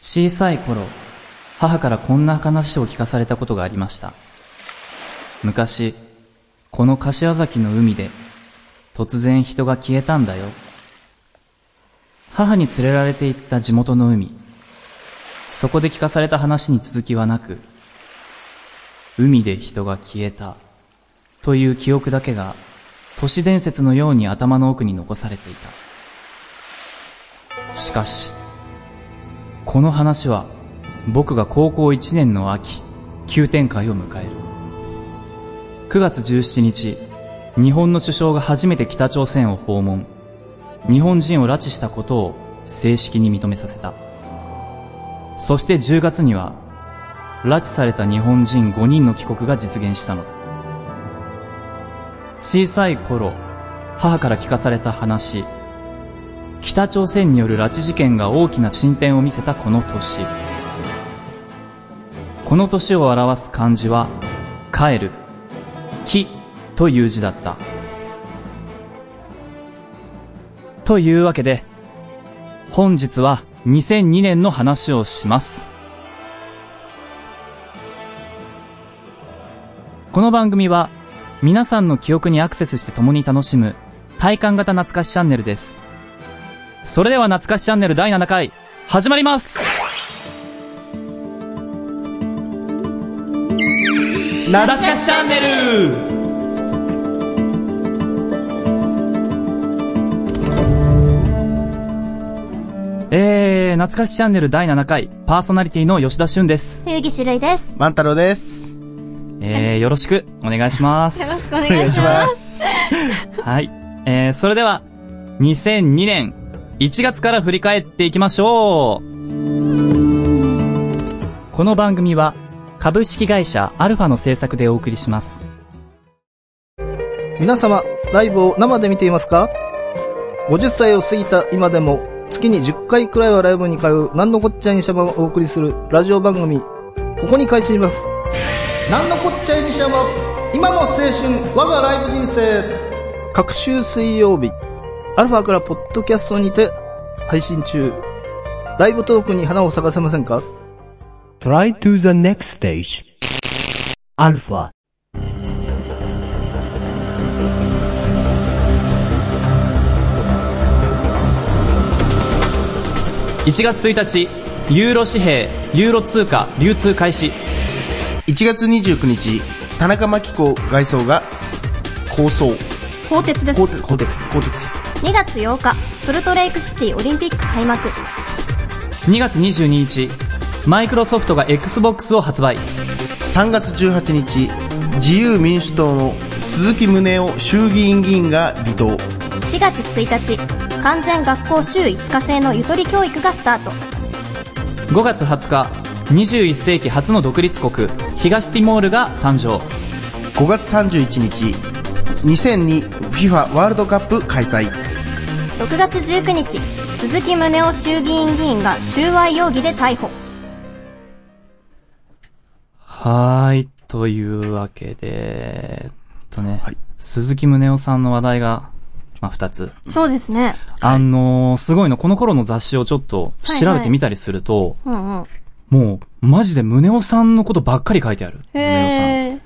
小さい頃、母からこんな話を聞かされたことがありました。昔、この柏崎の海で、突然人が消えたんだよ。母に連れられて行った地元の海。そこで聞かされた話に続きはなく、海で人が消えた、という記憶だけが、都市伝説のように頭の奥に残されていた。しかし、この話は、僕が高校1年の秋、急展開を迎える。9月17日、日本の首相が初めて北朝鮮を訪問。日本人を拉致したことを正式に認めさせた。そして10月には、拉致された日本人5人の帰国が実現したのだ。小さい頃、母から聞かされた話、北朝鮮による拉致事件が大きな進展を見せたこの年。この年を表す漢字は、帰る、帰という字だった。というわけで、本日は2002年の話をします。この番組は、皆さんの記憶にアクセスして共に楽しむ、体感型懐かしチャンネルです。それでは懐かしチャンネル第7回、始まります懐かしチャンネルえー、懐かしチャンネル第7回、パーソナリティの吉田俊です。冬木種類です。万太郎です。えー、よろしくお願いします。よろしくお願いしお願まいす。す。はい。えー、それでは、2002年1月から振り返っていきましょう。この番組は、株式会社アルファの制作でお送りします。皆様、ライブを生で見ていますか ?50 歳を過ぎた今でも、月に10回くらいはライブに通う、なんのこっちゃいにしゃばをお送りする、ラジオ番組、ここに開始します。なんのこっちゃいにしゃば、今も青春、我がライブ人生。各週水曜日、アルファからポッドキャストにて、配信中。ライブトークに花を咲かせませんか Try to the next stage. Alpha. 1月1日、ユーロ紙幣、ユーロ通貨、流通開始。 1月29日、田中真紀子外相が、構想、鋼鉄です。鋼2鉄、鋼鉄、鋼鉄。月8日、ソルトレイクシティオリンピック開幕。 2月22日、マイクロソフトが Xbox を発売。 3月18日、自由民主党の鈴木宗男衆議院議員が離党。 4月1日、完全学校週5日制のゆとり教育がスタート。 5月20日、21世紀初の独立国、東ティモールが誕生。 5月31日、2002FIFA ワールドカップ開催。 6月19日、鈴木宗男衆議院議員が収賄容疑で逮捕。はーい。というわけで、えっとね、鈴木宗男さんの話題が、まあ、二つ。そうですね。あのー、すごいの、この頃の雑誌をちょっと調べてみたりすると、うんうん。もう、マジで宗男さんのことばっかり書いてある。宗男さん。へ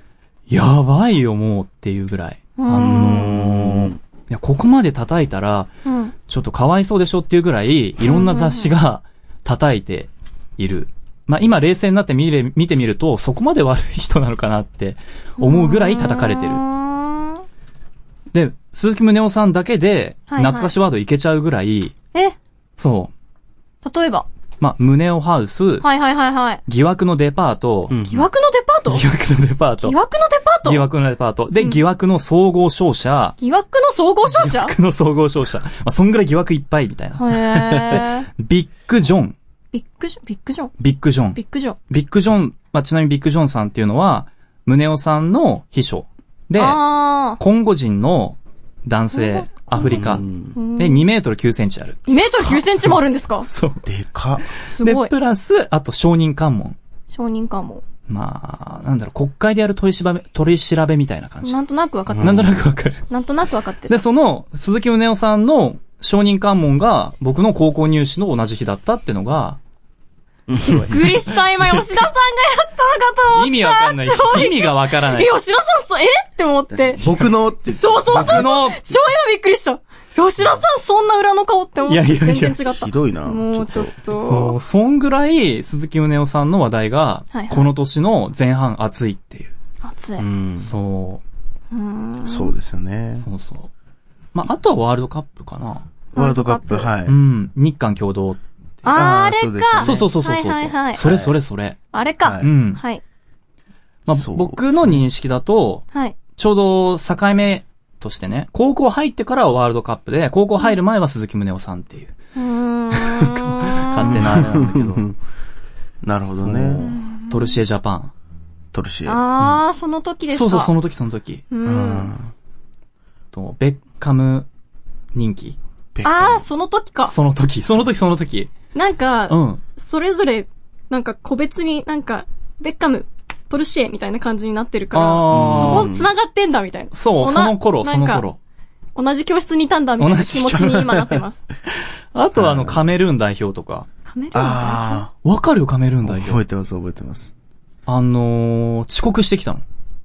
ー。やばいよ、もうっていうぐらい。あんのー、いや、ここまで叩いたら、うん。ちょっとかわいそうでしょっていうぐらい、いろんな雑誌が叩いている。まあ今冷静になって見れ見てみると、そこまで悪い人なのかなって思うぐらい叩かれてるう。ーんで、鈴木宗男さんだけで、はいはい懐かしワードいけちゃうぐらい、え、そう。例えば。まあ、宗男ハウス、はいはいはいはい。疑惑のデパート、ん疑惑のデパート疑惑のデパート疑、惑のデパート疑惑のデパート、で、疑惑の総合商社、疑惑の総合商社疑惑の総合商社、まあ、そんぐらい疑惑いっぱいみたいへな。ー。ビッグジョン、ビッグジョン、ビッグジョン、ビッグジョン。ビッグジョン。ビッグジョン、まあ、ちなみにビッグジョンさんっていうのは、宗男さんの秘書。で、あコンゴ人の男性、アフリカ。ー。で、2メートル9センチある。 2メートル9センチもあるんですかそう。でか。すで、ごいプ。ラス、あと、証人関門。証人かも。まあ、なんだろう、国会でやる取りしばめ、取り調べみたいな感じ。なんとなく分かってなんとなくわかる。なんとなく分かってで、る。その、鈴木宗男さんの証人関門が、僕の高校入試の同じ日だったってのが、白びいっくりした、 今、吉田さんがやったのかと思った。意味わかんない衝撃。意味がわからなえ、い。吉田さん、そう、えって思って。僕のって。そうそうそう。僕の、超今びっくりした。吉田さん、そんな裏の顔って思っいて。やいやいや全然違ったひ。どいな。もうちょっそとう、。そんぐらい鈴木宗男さんの話題がはいはい、この年の前半熱いっていう。熱い。うん。そそうですよねう、。そうそう。まあ、あとはワールドカップかな。。ワールドカップ、はいうん、日韓共同。あーああーそれうですよか。ねそうそうそうそうそう。はいはいはいそれそれそれ。あれはかい。うん。はい。まあそ、う僕の認識だと、はい。ちょうど境目としてね、高校入ってからはワールドカップで、高校入る前は鈴木宗男さんっていう、うーん。勝手なあれなんだ けど。なるほどね。そうトルシエジャパン。トルシエ。ああ、その時ですか。そうそう、その。の時その時。うん。と、ベッカム人気。ああ、その時か。その時、その時その時。なんうか、ん。それぞれ、なんか個別になんか、ベッカム、トルシエみたいな感じになってるから、あそこー繋がってんだみたいな。そう、おそなの頃、なそんのか頃。同じ教室にいたんだみたいな同じ気持ちに今なってます。あとはあの、カメルーン代表とか。カメルーンだあわかるよ、カメルーンあ。代覚表。えてます、覚えてます。あのー、遅刻してきたの。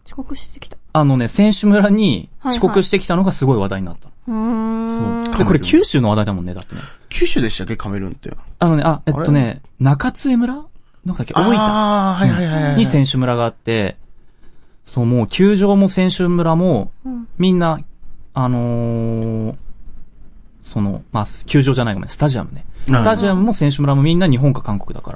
遅刻してきた。あのね、選手村にはいはい遅刻してきたのがすごい話題になった。うーん。そう。で、これ九州の話題だもんね、だってね。九州でしたっけカメルーンって。あのね、あ、えっとね、中津江村なんだっけ大ああ、はいはいはいは分い。に選手村があって、そう、もう球場も選手村も、みんな、あのー、その、まあ、球場じゃないごめん、スタジアムね。うんスタジアムも選手村もみんな日本か韓国だか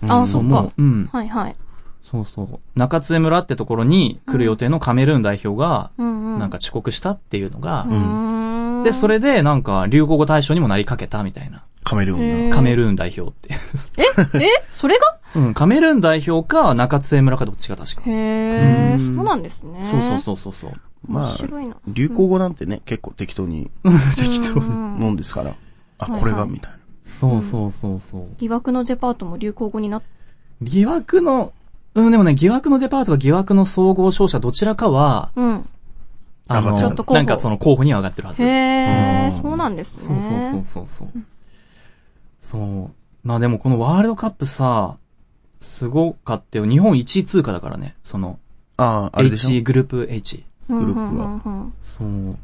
ら。あ、そそう、っもか。う、うん。はいはい。そうそう。中津江村ってところに来る予定のカメルーン代表が、うんうん。なんか遅刻したっていうのが、うーん。で、それでなんか流行語大賞にもなりかけたみたいな。カメルーンへーが。カメルーン代表って。ええそれがうん、カメルーン代表か中津江村かどっちか確か。へえ、そうなんですね。そうそうそうそうそう。ま面あ、白いな。流行語なんてね、結構適当に、適当に。もんですから。あ、これが、みたいな。そうそうそうそう。疑惑のデパートも流行語になっ疑惑の、うん、でもね、疑惑のデパートか疑惑の総合商社どちらかは、うん。あ上がのってる、なんかその候補には上がってるはず。へえ、そうなんですそね。うそうそうそうそう。そう。まあでもこのワールドカップさ、すごかったよ。日本1位通過だからね。その、ああ、あれでしょ H、グループ H。うんグループはうんうんうんそう。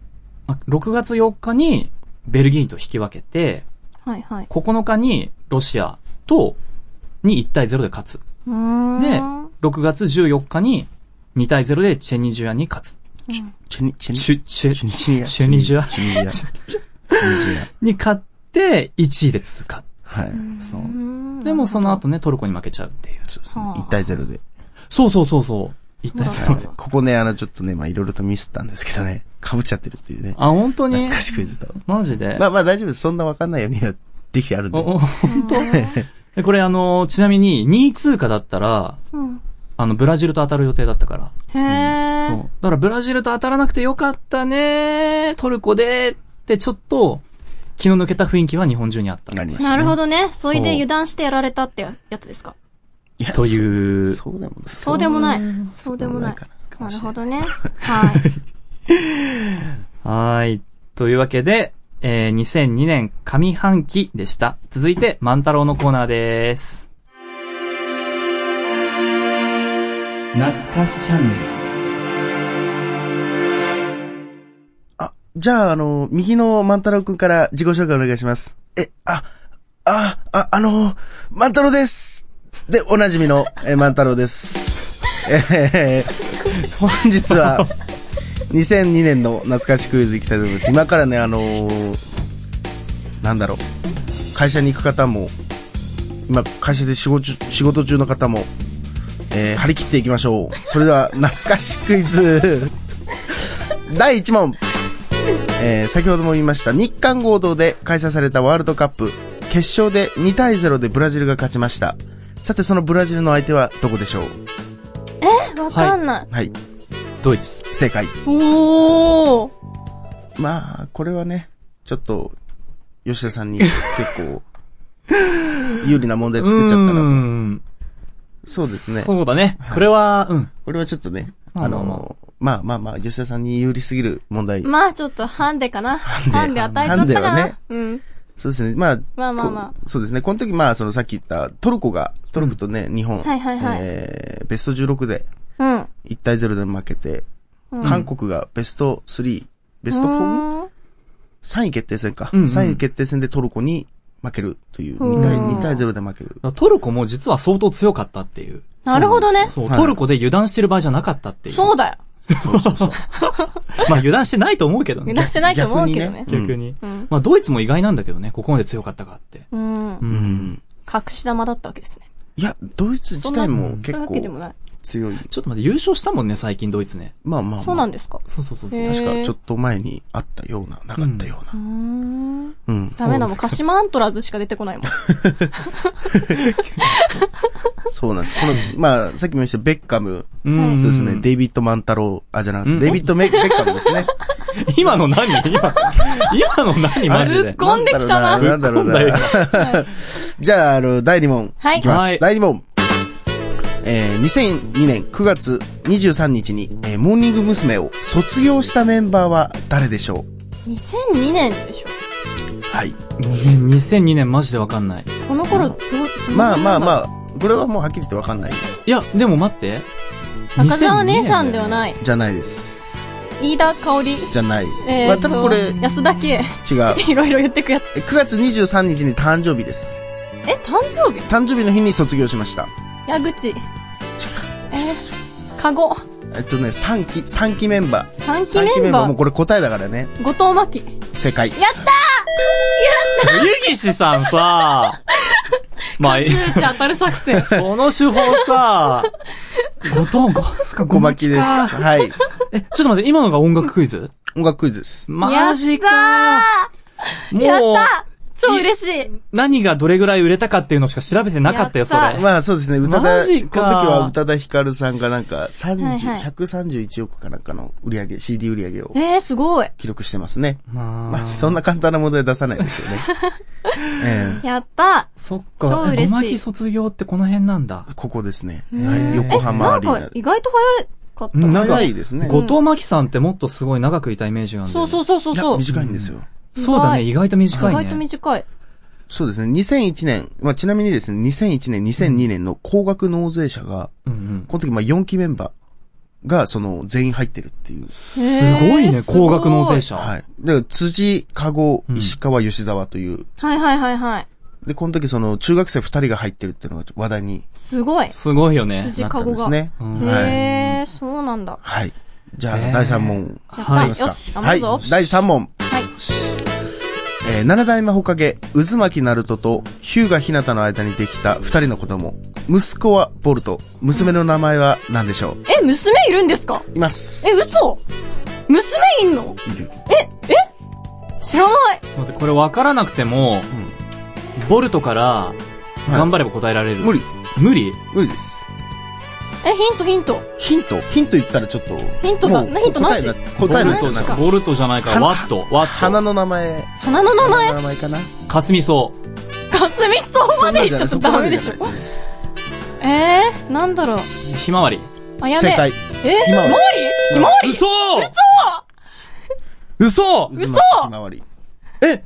あ6月4日にベルギーと引き分けて、はいはい。 9日にロシアと、に1対0で勝つ。うーんで、6月14日に2対0でチェニジュアに勝つ。チェニ、チェニ、チュ、チチュ、ュニジア。チュニジアチュニジア。チュニジア。に勝って、1位で通過。はい。そうう。ーんでもその後ね、トルコに負けちゃうっていう。そうですね。はあ1対0で。そうそうそうそう。1対0で。ここね、あの、ちょっとね、まあいろいろとミスったんですけどね、 被っちゃってるっていうね。あ、本当に懐かしく言ってた。マジで、まあまあ大丈夫です。そんなわかんないようには、できてあるんお、で。 お、本当これあの、ちなみに2位通過だったら、うんあの、ブラジルと当たる予定だったから。へえ。そう。だからブラジルと当たらなくてよかったねートルコでーってちょっと、気の抜けた雰囲気は日本中にあった。ありましたねなるほどね。それそうで油断してやられたってやつですか。いやという。そうでもない。そうでもない。そうでもない。なるほどね。はい。はーい。というわけで、えー、2002年上半期でした。続いて、万太郎のコーナーでーす。懐かしチャンネル。あ、じゃあ、あの、右の万太郎くんから自己紹介お願いします。え、あ、あ、あ、あの、万太郎ですで、おなじみの、え、万太郎です。えー、本日は、2002年の懐かしクイズいきたいと思います。今からね、あのーなんだろう、会社に行く方も、今、会社で仕事中仕事中の方も、えー張り切っていきましょう。それでは、懐かしクイズ。第1問。えー先ほども言いました日韓合同で開催されたワールドカップ決勝で2対0でブラジルが勝ちましたさてそのブラジルの相手はどこでしょうえ、わかんない。はいドイツ。不正解おー。まあこれはねちょっと吉田さんに結 構有利な問題作っちゃったうーなとんそうですねそうだね。これは、うん。これはちょっとねまああまあまあのまあまあまあ吉田さんに有利すぎる問題まあちょっとハンデかな。ハンデ与えちゃったかハンデはねな。うん。そうですね。まあ、まあまあまあこうそうですね。この時、まあ、そのさっき言ったトルコが、トルコとね、日本、はいはいはいえーベスト16でうん。 1対0で負けて、韓国がベスト3、ベスト 4?3 うーん位決定戦か。うんうん3位決定戦でトルコに負けるという、2対、2対0で負ける。らトルコも実は相当強かったっていう。なるほどね。そう、トルコで油断してる場合じゃなかったっていう。そうだよ。そうそ うそう。まあ油断してないと思うけどね。出してないと思うけどね。逆逆に。まあドイツも意外なんだけどね、ここまで強かったかって。うん。う。うんん。隠し玉だったわけですね。いや、ドイツ自体も結そういうわけでも構ない。強い。ちょっと待って、優勝したもんね、最近ドイツね。まあまあまあ。そうなんですか。そうそうそうそう。へー確かちょっと前にあったような、なかったようー。うんな。うん。ダメだもん。鹿島アントラーズしか出てこない もん。そうなんです。この、まあ、さっきも言いました、ベッカム。うんそうですね。デイビッド・マンタロー、あ、じゃなくうて、んデイビッド・メベッカムですね。 今の何今、今の何マジで。込んできたななんだろうな。なんだろうなじゃあ、あの、第2問。はいいきまはいす。第2問。えー、2002年9月23日に、えーモーニング娘。を卒業したメンバーは誰でしょ2002年でしょ。うはい。 2002年マジでわかんない。この頃、どう、まあまああ。まあ、これはもうはっきりとわかんない。いや、でも待って。。中澤姉さんではないい。じゃないです。飯田香織。じゃない。 えまーあ、と多分これ、違う。安田圭。 いろいろ言ってくやつ。え9月23日に誕生日です。え、誕生日誕生日の日に卒業しました。矢口。えー、かご。えっとね、3期、3期メンバー。三期メンバもうー。これ答えだからね。後藤真希。正解。やったゆぎしさん さ、まあ、ーうち当たる作戦。その手法さ、ごとんご、すか小巻です。かはい。え、ちょっと待って、今のが音楽クイズ音楽クイズです。マジかもやっう、た超嬉しい。何がどれぐらい売れたかっていうのしか調べてなかったよ、そやったれ。まあそうですね、宇マ多田、このジ時かは宇多田ヒカルさんがなんか、はい30、はい131億かなんかの売り上げ、CD 売り上げをえー、すごい。記録してますね。ままあそんな簡単な問題出さないですよね。えやったそっ超か。嬉しいえごまき卒業ってこの辺なんだ。えここですね。へはーい、横浜なアんリーかナ、で。意外と早かった。なんか長いですね。後藤真希さんってもっとすごい長くいたイメージがあるんそだようねそうそうそういやそう。短いんですよ。そうだね、意外と意短いね。外と短い。そうですね。2001年、まあちなみにですね、2001年、2002年の高額納税者が、うんうん。この時まあ4期メンバーが、その、全員入ってるっていう。すごいね、高額納税者。はい。で、辻、加護、うん石川、吉沢という。はいはいはいはい。で、この時その、中学生二人が入ってるっていうのが話題にすごい。すごいよね。辻なったかんごですが。ね。うんはい。へー、そうなんだ。はい。じゃあ、えー第3問。やったはいきますかよし頑張はるいぞ。第3問。はい。えー、七代目ほかげ、渦巻ナルトと、ヒューガひなたの間にできた二人の子供。息子はボルト。娘の名前は何でしょうえ、娘いるんですかいます。え、嘘娘いんのいる知らない。待って、これ分からなくても、ボルトから、頑張れば答えられる。無理。無理無理です。え、ヒントヒント。ヒントヒント言ったらちょっと。ヒントだなヒントなし答えなボ答ルえトななんくかボルトじゃないか、花ワット、ワッ花ト。の名前。花の名花前の名前かなかすみそかすみそうまで言っちゃっそとんダメなんじゃないでしょそ。こまでじゃないすねえー、なんだろう。う、ひまわり。あ、やべ正え。解。えひまわー、りモーリーひまわり嘘嘘嘘嘘ひまわり。え、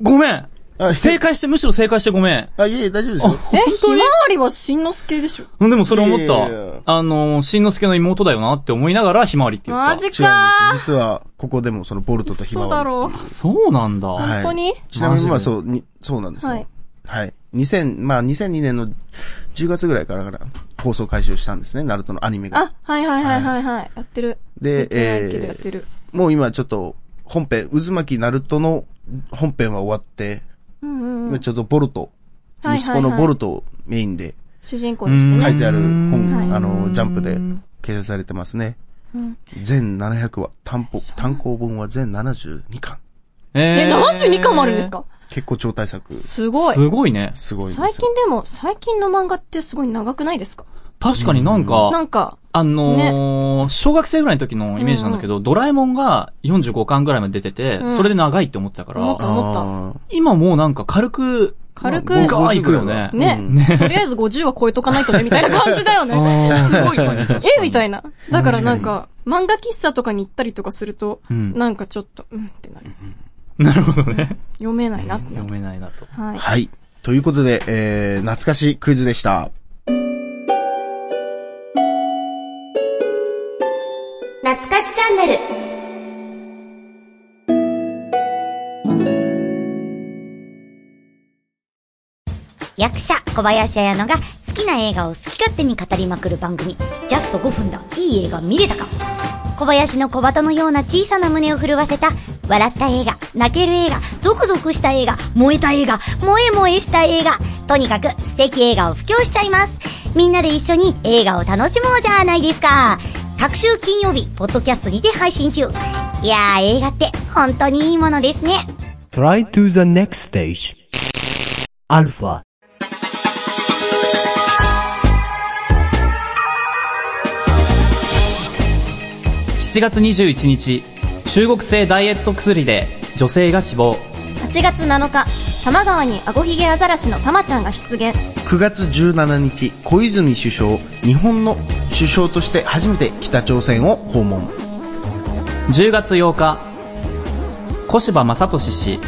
ごめんあ正解して、むしろ正解してごめん。あ、いえいえ、大丈夫ですよ。え、ひまわりはしんのすけでしょ。でもそれ思いっやいやいやた。あのー、しんのすけの妹だよなって思いながら、ひまわりって言った。マジ違うんかです。実は、ここでもそのボルトとひまそうだわり。ろう。そうなんだ。はい本当にちなみに、まマあジでそう、に、そうなんですよ。ははいい。はい。2000、まあ2002年の10月ぐらいからから放送開始をしたんですね、ナルトのアニメが。あ、はいはいはいはいはい。やってる。で見てないけどえーやってる。もう今ちょっと、本編、渦巻きナルトの本編は終わって、うんうんう今ん。ちょっとボルト、はいはいはい息子のボルトをメインで主人公にしてうん書ね。いてあるはい本、あの、ジャンプで掲載されてますね。全700話、単行、単行本は全72巻。ええ、72巻もあるんですか結構超大作。すごい。すごいね。すごいんですよ最近でも、最近の漫画ってすごい長くないですか確かになんなか、んか、あのー、小学生ぐらいの時のイメージなんだけど、ドラえもんが45巻ぐらいまで出ててうん、それで長いって思ったか思ったら、思った思っ今もうなんか軽く、軽くガーいくよね。ね、とりあえず50は超えとかないとね、みたいな感じだよ ね。あーすごいよね。えみたいな。だからなん確か、漫画喫茶とかに行ったりとかすると、うんなんかちょっと、うんってなる。なるほどね。読めないなってな読る。めないなと。はい。はい。ということで、えー、懐かしいクイズでした。懐かしチャンネル役者小林彩乃が好きな映画を好き勝手に語りまくる番組ジャスト5分だいい映画見れたか小林の小鳩のような小さな胸を震わせた笑った映画泣ける映画ゾクゾクした映画燃えた映画萌え萌えした映画とにかく素敵映画を布教しちゃいますみんなで一緒に映画を楽しもうじゃないですか各週金曜日ポッドキャストにて配信中いやー映画って本当にいいものですね Try to the next stage. Alpha. 7月21日、中国製ダイエット薬で女性が死亡。 8月7日、多摩川にアゴヒゲアザラシのタマちゃんが出現。 9月17日、小泉首相、日本の首相として初めて北朝鮮を訪問。 10月8日、小柴正俊氏、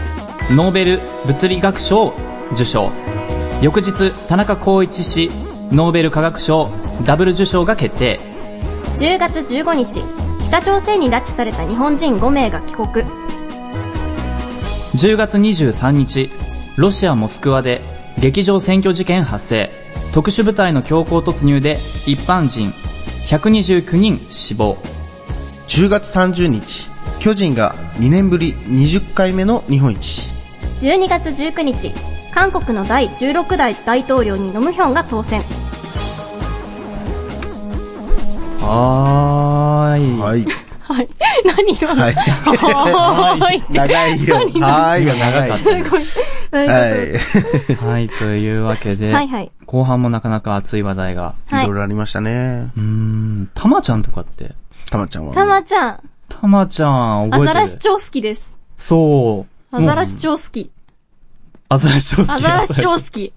ノーベル物理学賞を受賞。翌日、田中光一氏、ノーベル化学賞ダブル受賞が決定。 10月15日、北朝鮮に拉致された日本人5名が帰国。 10月23日、ロシア・モスクワで劇場占拠事件発生。特殊部隊の強行突入で一般人129人死亡。 10月30日、巨人が2年ぶり20回目の日本一。 12月19日、韓国の第16代大統領にノムヒョンが当選。はーい。はい。はい。 何今の はい。はーい って。長いよ。 はーいが長い。すごい。はい。はい、というわけで、はいはい後半もなかなか熱い話題が。はいいろい。ろありましたね。うーん、たまちゃんとかって、たまちゃんは。たまちゃん、たまちゃんア覚えザてるラシ超好きです。そう。アザラシもう超好き。アザラシ超好き。アザラシ超ア好き。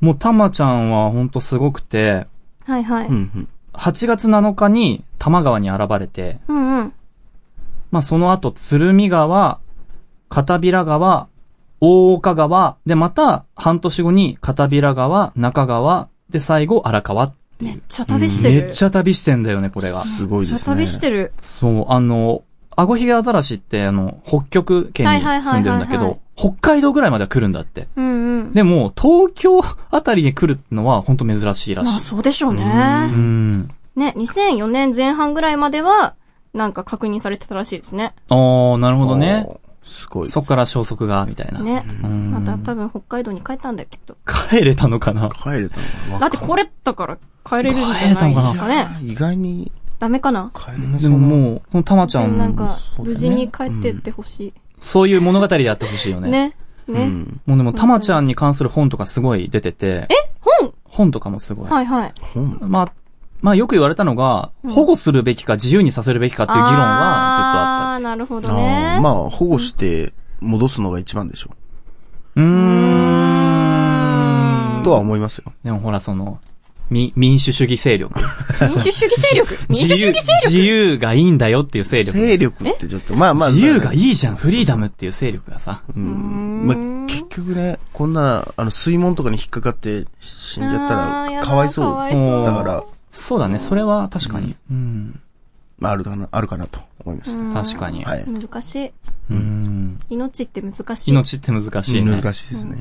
もうたまちゃんはほんとすごくて、はいはい。ううんんうん。 8月7日に多摩川に現れて、うん。まあその後鶴見川、片平川、大岡川、でまた半年後に片平川、中川、で最後荒川。めっちゃ旅してめる。っちゃ旅してんだよね、これが。すごいめっですね。ちゃ旅してる。そう、あの、アゴヒゲアザラシって、あの、北極圏に住んでるんだけはいはいはいはいはど、北海道ぐらいまでは来るんだって。うんうん。でも、東京あたりに来るのは、ほんと珍しいらまあしい。そうでしょううね。ん。ね、2004年前半ぐらいまでは、なんか確認されてたらしいですね。あー、なるほどね。すごい。そっから消息が、みたいな。ね。うんまた多分北海道に帰ったんだよ、きっと。帰れたのかな帰れたのだってこれだから帰れるんじゃないですかね。意外にダメかな帰れなでそうもなもう、このたまちゃでもなんん、か、そうだよ無ね事に帰ってってほしそういう物語であってほしいよい。ね。 ね。ね。ん。もうでも、たまちゃんに関する本とかすごい出てて。え本本とかもすごい。はいはい。本まあ、まあよく言われたのが、保護するべきか自由にさせるべきかっていう議論はずっとああっー、なるほどあねー。まあ、保護して戻すのが一番でしょた。うう。ーん。とは思いますよ。でもほらその、み、民主主義勢力。民主主義勢力 民主 自主由義勢、自由がいいんだよっていう勢力。勢力ってちょっと、まあまあ。自由がいい。いじゃん、フリーダムっていう勢力がさ。まあ、結局ね、こんな、あの、水門とかに引っかかって死んじゃったあーやら、だかわいそうかわでいす。そうだから、そうだね、それは確かに。うん。まあ、あるかな、あるかなと思いました。確かに。はい。難しい。うん。命って難しい。命って難しいね。難しいですね。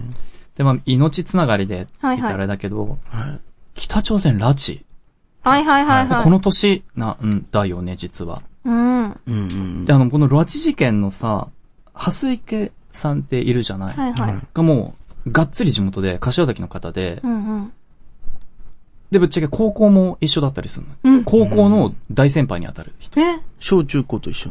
で、まあ、命つながりで、はいはい言ったらあれだけど、はい。北朝鮮拉致。はいはいはいはい。この年なんだよね、実は。うん。はうんうんで、あの、この拉致事件のさ、蓮池さんっているじゃない、いはい。がもう、がっつり地元で、柏崎の方でう、んうん。で、ぶっちゃけ高校も一緒だったりするの。うん高校の大先輩に当たる人。え小中高と一緒。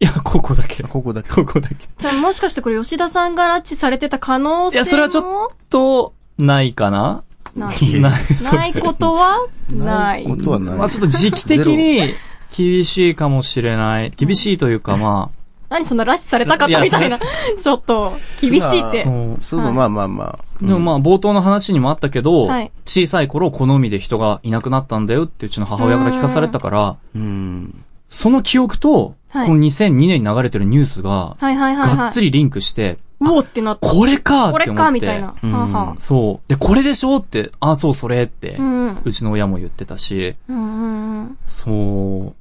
いや、高校だけ。ここだけ。高校だけ。じゃあもしかしてこれ吉田さんが拉致されてた可能い性もや、それはちょっと、ないかなない。ない。ないことはない。ことはない。まあちょっと時期的に、厳しいかもしれない。厳しいというか、ま何そんな拉致されたかったみ たいな。ちょっと、厳しいっあ、てそ。うそうだ、はいまあまあまあ。でもまあ冒頭の話にもあったけど、はい小さい頃この海で人がいなくなったんだよってうちの母親から聞かされたから、うん。その記憶とはいこの2002年に流れてるニュースが、はいはいはいはい。がっつりリンクして、うおーってなった。これかって思こって。れかみたいな。はあうんはそう。で、これでしょって、あ、そう、それって、あ。うんうん。うちの親も言ってたし、うんうんうんそ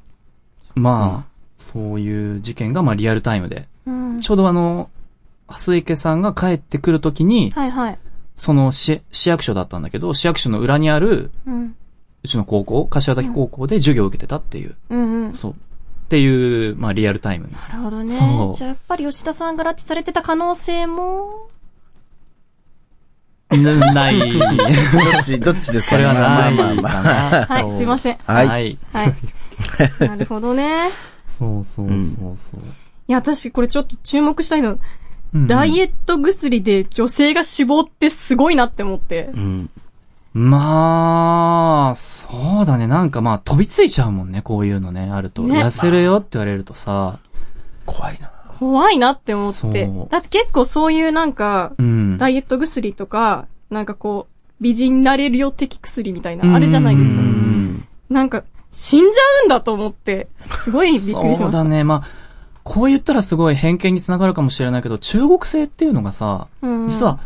う、まあ、そういう事件が、まあ、リアルタイムで。うん。ちょうどあの、蓮池さんが帰ってくるときに、はいはい。その市、市役所だったんだけど、市役所の裏にある、うん。うちの高校、柏崎高校で授業を受けてたっていう、うんうん。そう。っていう、まあ、リアルタ イムな。なるほどね。そうじゃあやっぱり吉田さんが拉致されてた可能性 も、ない。どっち、どっちですこかれはまなあいまあまあかまあ。な。はい、すいません。は。はいいはい。 はい。なるほどね。そうそうそうそう。いや、私これちょっと注目したいの。うんダイエット薬で女性が死亡ってすごいなって思って。うん。まあ、そうだね。なんかまあ、飛びついちゃうもんね、こういうのね、あると。ね痩せるよって言われるとさ。怖いな。怖いなって思ってそう。だって結構そういうなんか、うん。ダイエット薬とか、なんかこう、美人になれるよ的薬みたいな、あるじゃないですうか。んなんか、死んじゃうんだと思って、すごいびっくりしそまうしだた。ね。まあ、こう言ったらすごい偏見につながるかもしれないけど、中国製っていうのがさ、うん実は、、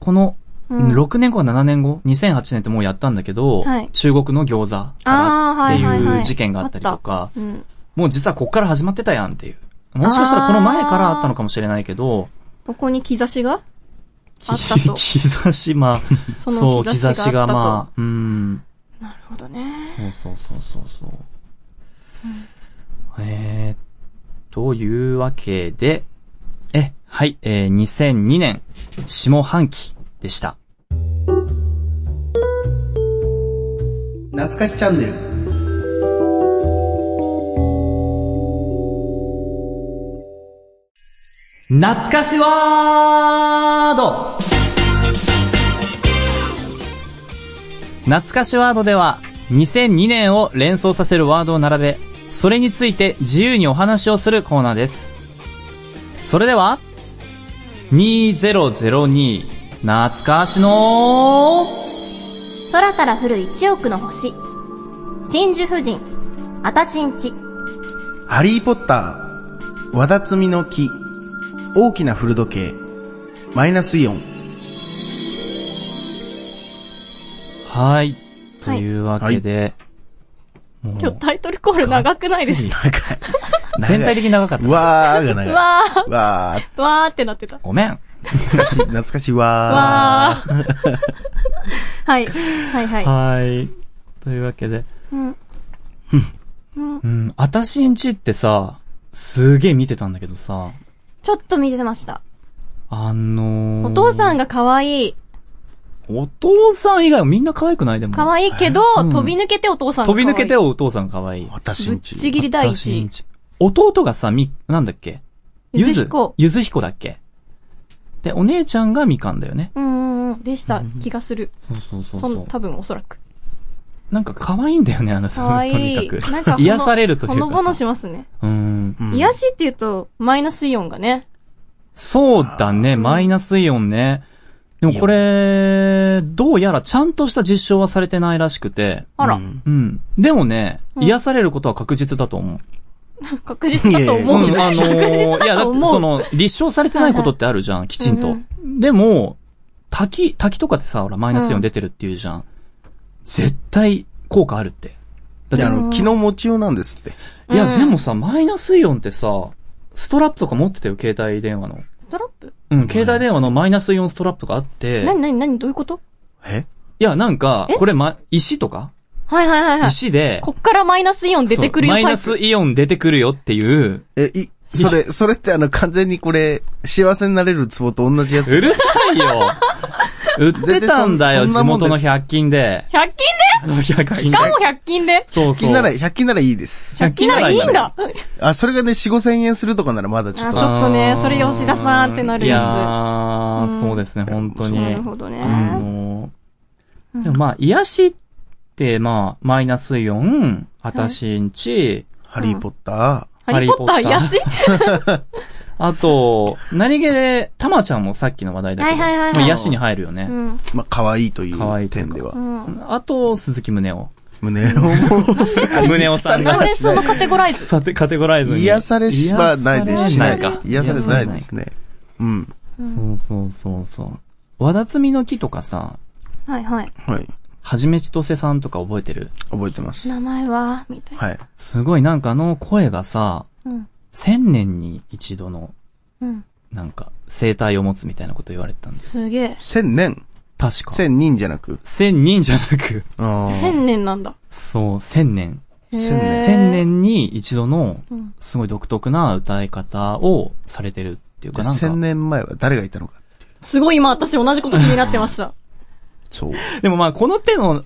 この、うん6年後、7年後、2008年ってもうやったんだけど、はい中国の餃子かあーらはっていはいはいいう事件があったりとか、うん。もう実はこっから始まってたやんっていう。もしかしたらこの前からあったのかもしれないけど、ここに兆しがああった と兆し、まあ、そそのう、兆しがあ ったと。兆しがまあ、うん。なるほどね。そうそうそうそうそう。えー、というわけで、え、はい、えー、2002年、下半期でした。懐かしチャンネル。懐かしワード懐かしワードでは、2002年を連想させるワードを並べ、それについて自由にお話をするコーナーです。それでは、2002懐かしの空から降る一億の星。真珠夫人。あたしんち。ハリーポッター、わだつみの木、大きな古時計、マイナスイオン。はい。というわけで、もう今日タイトルコール長くないです。長い。全体的に長かった。わーが長い。わわー、ー。わーってなってた。ごめん。懐かしい、懐かしいわわー。 はい。はいははい。というわけで、い。うん。うん、あたしんちってさ、すげえ見てたんだけどさ、ちょっと見てました。あのー、お父さんが、が可愛い。お父さん以外はみんな可愛くないでも。可愛いけど、うん飛び抜けてお父さんが飛可愛びい。抜けてお父さん可愛い。ー。私ぶんっち。ちぎり第あたしん一。ち弟がさ、み、なんだっけゆずひこゆずひこだっけで、お姉ちゃんがみかんだよね。うんうんうん。でした気がする。そうそうそうそん、多分おそらく。なんか可愛いんだよね、あの人。可愛い。 とにかく。なんかほの癒されるというかさ。ほのぼのしますね。うん。うん癒しって言うと、マイナスイオンがね。そうだね、マイナスイオンね。でもこれ、どうやらちゃんとした実証はされてないらしくて。あらう、んうん。でもね、うん癒されることは確実だと思う。確実だ と思う。ん、あのー確実いだや、だとって思う。その、立証されてないことってあるじゃん、きちんうとん。でも、滝、滝とかってさ、ほら、マイナスイオン出てるっていうじゃん。絶対、効果あるって。だいやあって、の、昨日持ちようなんですって。いや、うんでもさ、マイナスイオンってさ、ストラップとか持ってたよ、携帯電話の。ストラップうん、携帯電話のマイナスイオンストラップがあって。何何何どういうことえいや、なんかえ、これ、ま、石とかはいはいはいはい。石で、こっからマイナスイオン出てくるよそうマイタイナプ。スイオン出てくるよっていう。え、い、それ、それってあの、完全にこれ、幸せになれるツボと同じやうつ。るさ いよ売ってたんだよ、でで地そんなもん元のです100均で。 100均100でしかも100均でそう100そう。均なら、100均ならいいです。 100 100均ならいいんだあ、それがね、4、5千円するとかならまだちょっあちと。ょっとねそれ吉田さんってなるやついやー、うんそうですね、本当に。なるほどあね。のーでもまあ、癒しって、まあ、マイナスイオン、あたしんち、ハリーポッタハリーポッター癒しあと、何気で、たまちゃんもさっきの話題だけど、はいはいはいはいまあ癒しに入るようね。ん。ー。まあ、可愛いとい可愛いうとか点ではう。ん。 あと、鈴木宗男。胸をもう、胸をさんあがれ、そのカテゴライズ。さて、カテゴライズに。癒されしはないですししなないいか。癒されないですね。うん。そうそうそうそう。和田摘みの木とかさ、はいはい。はい。はじめちとせさんとか覚えてる覚えてます。名前は、みたいな。はい。すごいなんかあの声がさ、うん。千年に一度の、うん。なんか、生態を持つみたいなこと言われてたんです。すげえ。千年確か。千人じゃなく。千人じゃなく、あー千年なんだ。そう、千年。へー千年千。年に一度のうん、すごい独特な歌い方をされてるっていうか、なんか千。年前は誰がいたのか。すごい今私同じこと気になってました。そう。でもまあ、この手の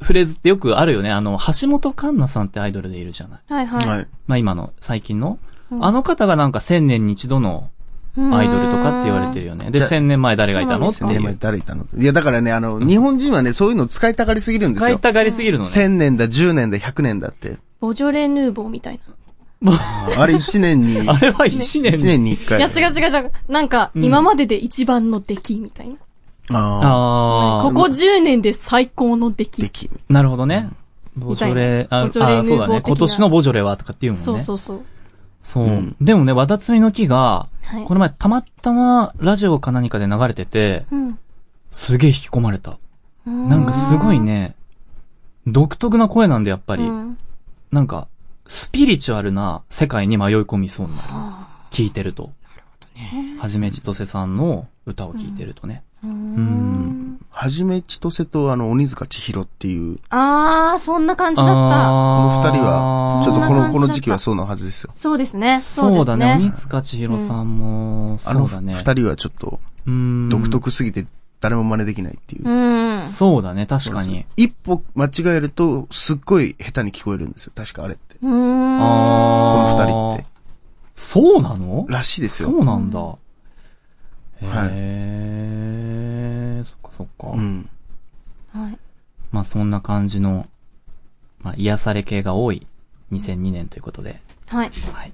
フレーズってよくあるよね。あの、橋本環奈さんってアイドルでいるじゃない。はいは。はいい。まあ今の、最近の。うんあの方がなんか千年に一度のアイドルとかって言われてるよね。で、じゃあ千年前誰がいたのって千年い前う。誰いたのかいや、だからね、あの、日本人はね、そういうの使いたがりすぎるんです使いよ。たがりすぎるのね。千年だ、十年だ、百年だって。ボジョレ・ヌーボーみたいあれ一年に、 あれは一年一に。年に一な。回。いや、違う違う違う。なんか、うん今までで一番の出来みたいな。ああここ10年で最高の出あ。で来。き。あ、なるほどね。ボジョレ、あ、あボジョレヌーボーそうだね。的な今年のボジョレはとかっていうもんね。そうそうそう。そう。うんでもね、わだつみの木が、はいこの前たまたまラジオか何かで流れてて、うん。すげえ引き込まれた。ななんかすごいね、独特な声なんでやっぱうり、ん。なんか、スピリチュアルな世界に迷い込みそうになる。聞いてると。はじめちとせさんの歌を聞いてるとね。うん。はじめ千歳と、あの、鬼塚千尋っていう、あー、そんな感じだった。このあ二ー人は、ちょっとこそんな感の、じこだったの時期はそうなはずですよ。そうですね。そうだね。鬼ね。塚千尋さんも、あその、うだね。二人はちょっと、うん独。特すぎて、誰も真似できないっていうう。ん。そうだね、確かに。一歩間違えると、すっごい下手に聞こえるんですよ。確かあれって。うーん。こあのー二人って。そうなのらしいですそよ。うなんだ。へはいえ、そっかそっか。うん。はい。まあそんな感じの、まあ癒され系が多い2002年ということで。はい。はい。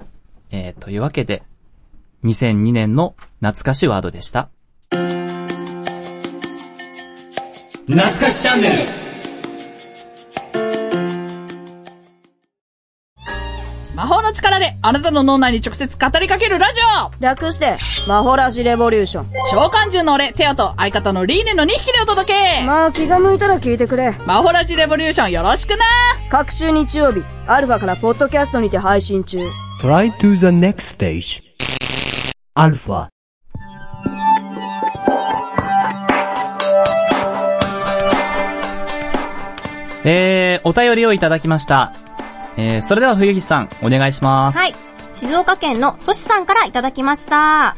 えー、というわけで、2002年の懐かしワードでした。懐かしチャンネル魔法の力であなたの脳内に直接語りかけるラジ略して、マホラジレボリューション。オ召喚獣の俺、テオと相方のリーネの2匹でお届けまあ気が向いたら聞いてくれ。魔法ラジレボリューションよろしくな各週日曜日、アルファからポッドキャストにて配信中。 Try to the next stage. Alpha. えー、お便りをいただきました。えー、それでは冬木さん、お願いします。はい。静岡県のソシさんからいただきました。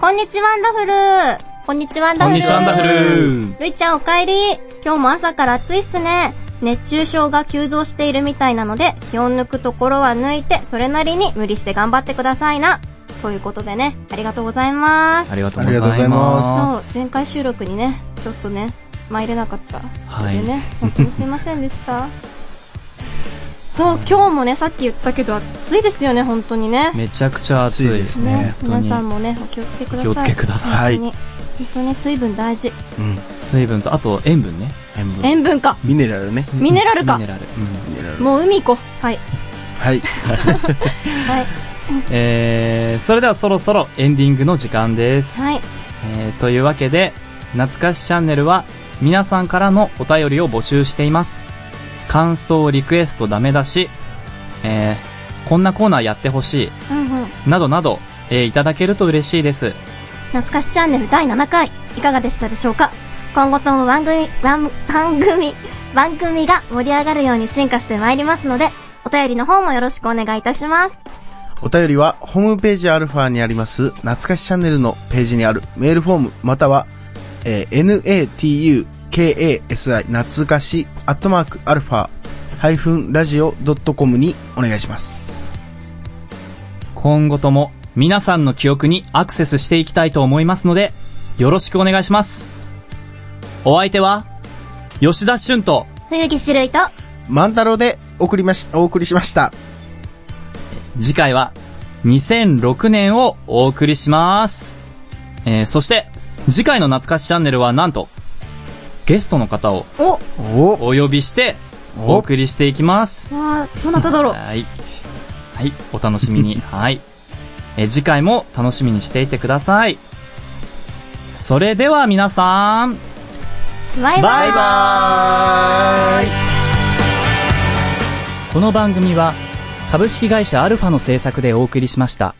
こんにちは、ワンダフル。こんにちは、ワンダこフんル。にちは、ワンダフルるいちゃんお帰り。今日も朝から暑いっすね。熱中症が急増しているみたいなので、気を抜くところは抜いて、それなりに無理して頑張ってくださいな。ということでね、ありがとうございます。ありがとうあごりがとうざごいざいま。ますそう、前回収録にね、ちょっとね、参れなかった。はいでね、本当にすいませんで した。そう、今日もね、さっき言ったけど、暑いですよね、本当にね。めちゃくちゃ暑い暑いですねね、本当皆にさんもね、お気をつけください。気をつけくださ本い当に。本当に水分大事。うん。水分と、あと塩分ね。塩分。塩分か。ミネラルね。ミネラルかミネラル。うんミネラル。もう海行こう。はい。はい。 はい。えー、それではそろそろエンディングの時間です。はい。えーというわけで、懐かしチャンネルは皆さんからのお便りを募集しています。感想、リクエスト、ダメ出し、えー、こんなコーナーやってほしうんうん。い、などなど、えー、いただけると嬉しいです。懐かしチャンネル第7回、いかがでしたでしょうか今後とも番組、番番組、番組が盛り上がるように進化してまいりますので、お便りの方もよろしくお願いいたします。お便りは、ホームページアルファにあります、懐かしチャンネルのページにあるメールフォーム、または、えー natukasi、懐かし、アットマーク、アルファ、ハイフン、ラジオ、ドットコムにお願いします。今後とも皆さんの記憶にアクセスしていきたいと思いますので、よろしくお願いします。お相手は、吉田俊と、冬木種類と、万太郎で送りまし、お送りしました。次回は2006年をお送りします。えー、そして、次回の懐かしチャンネルはなんと、ゲストの方をおお呼びして、お送りしていきます。わあ、どなただろう。はい。はい、お楽し みに。はい。え、次回も楽しみにしていてください。それでは皆さん、バイバイ。バイバーイこの番組は株式会社アルファの制作でお送りしました。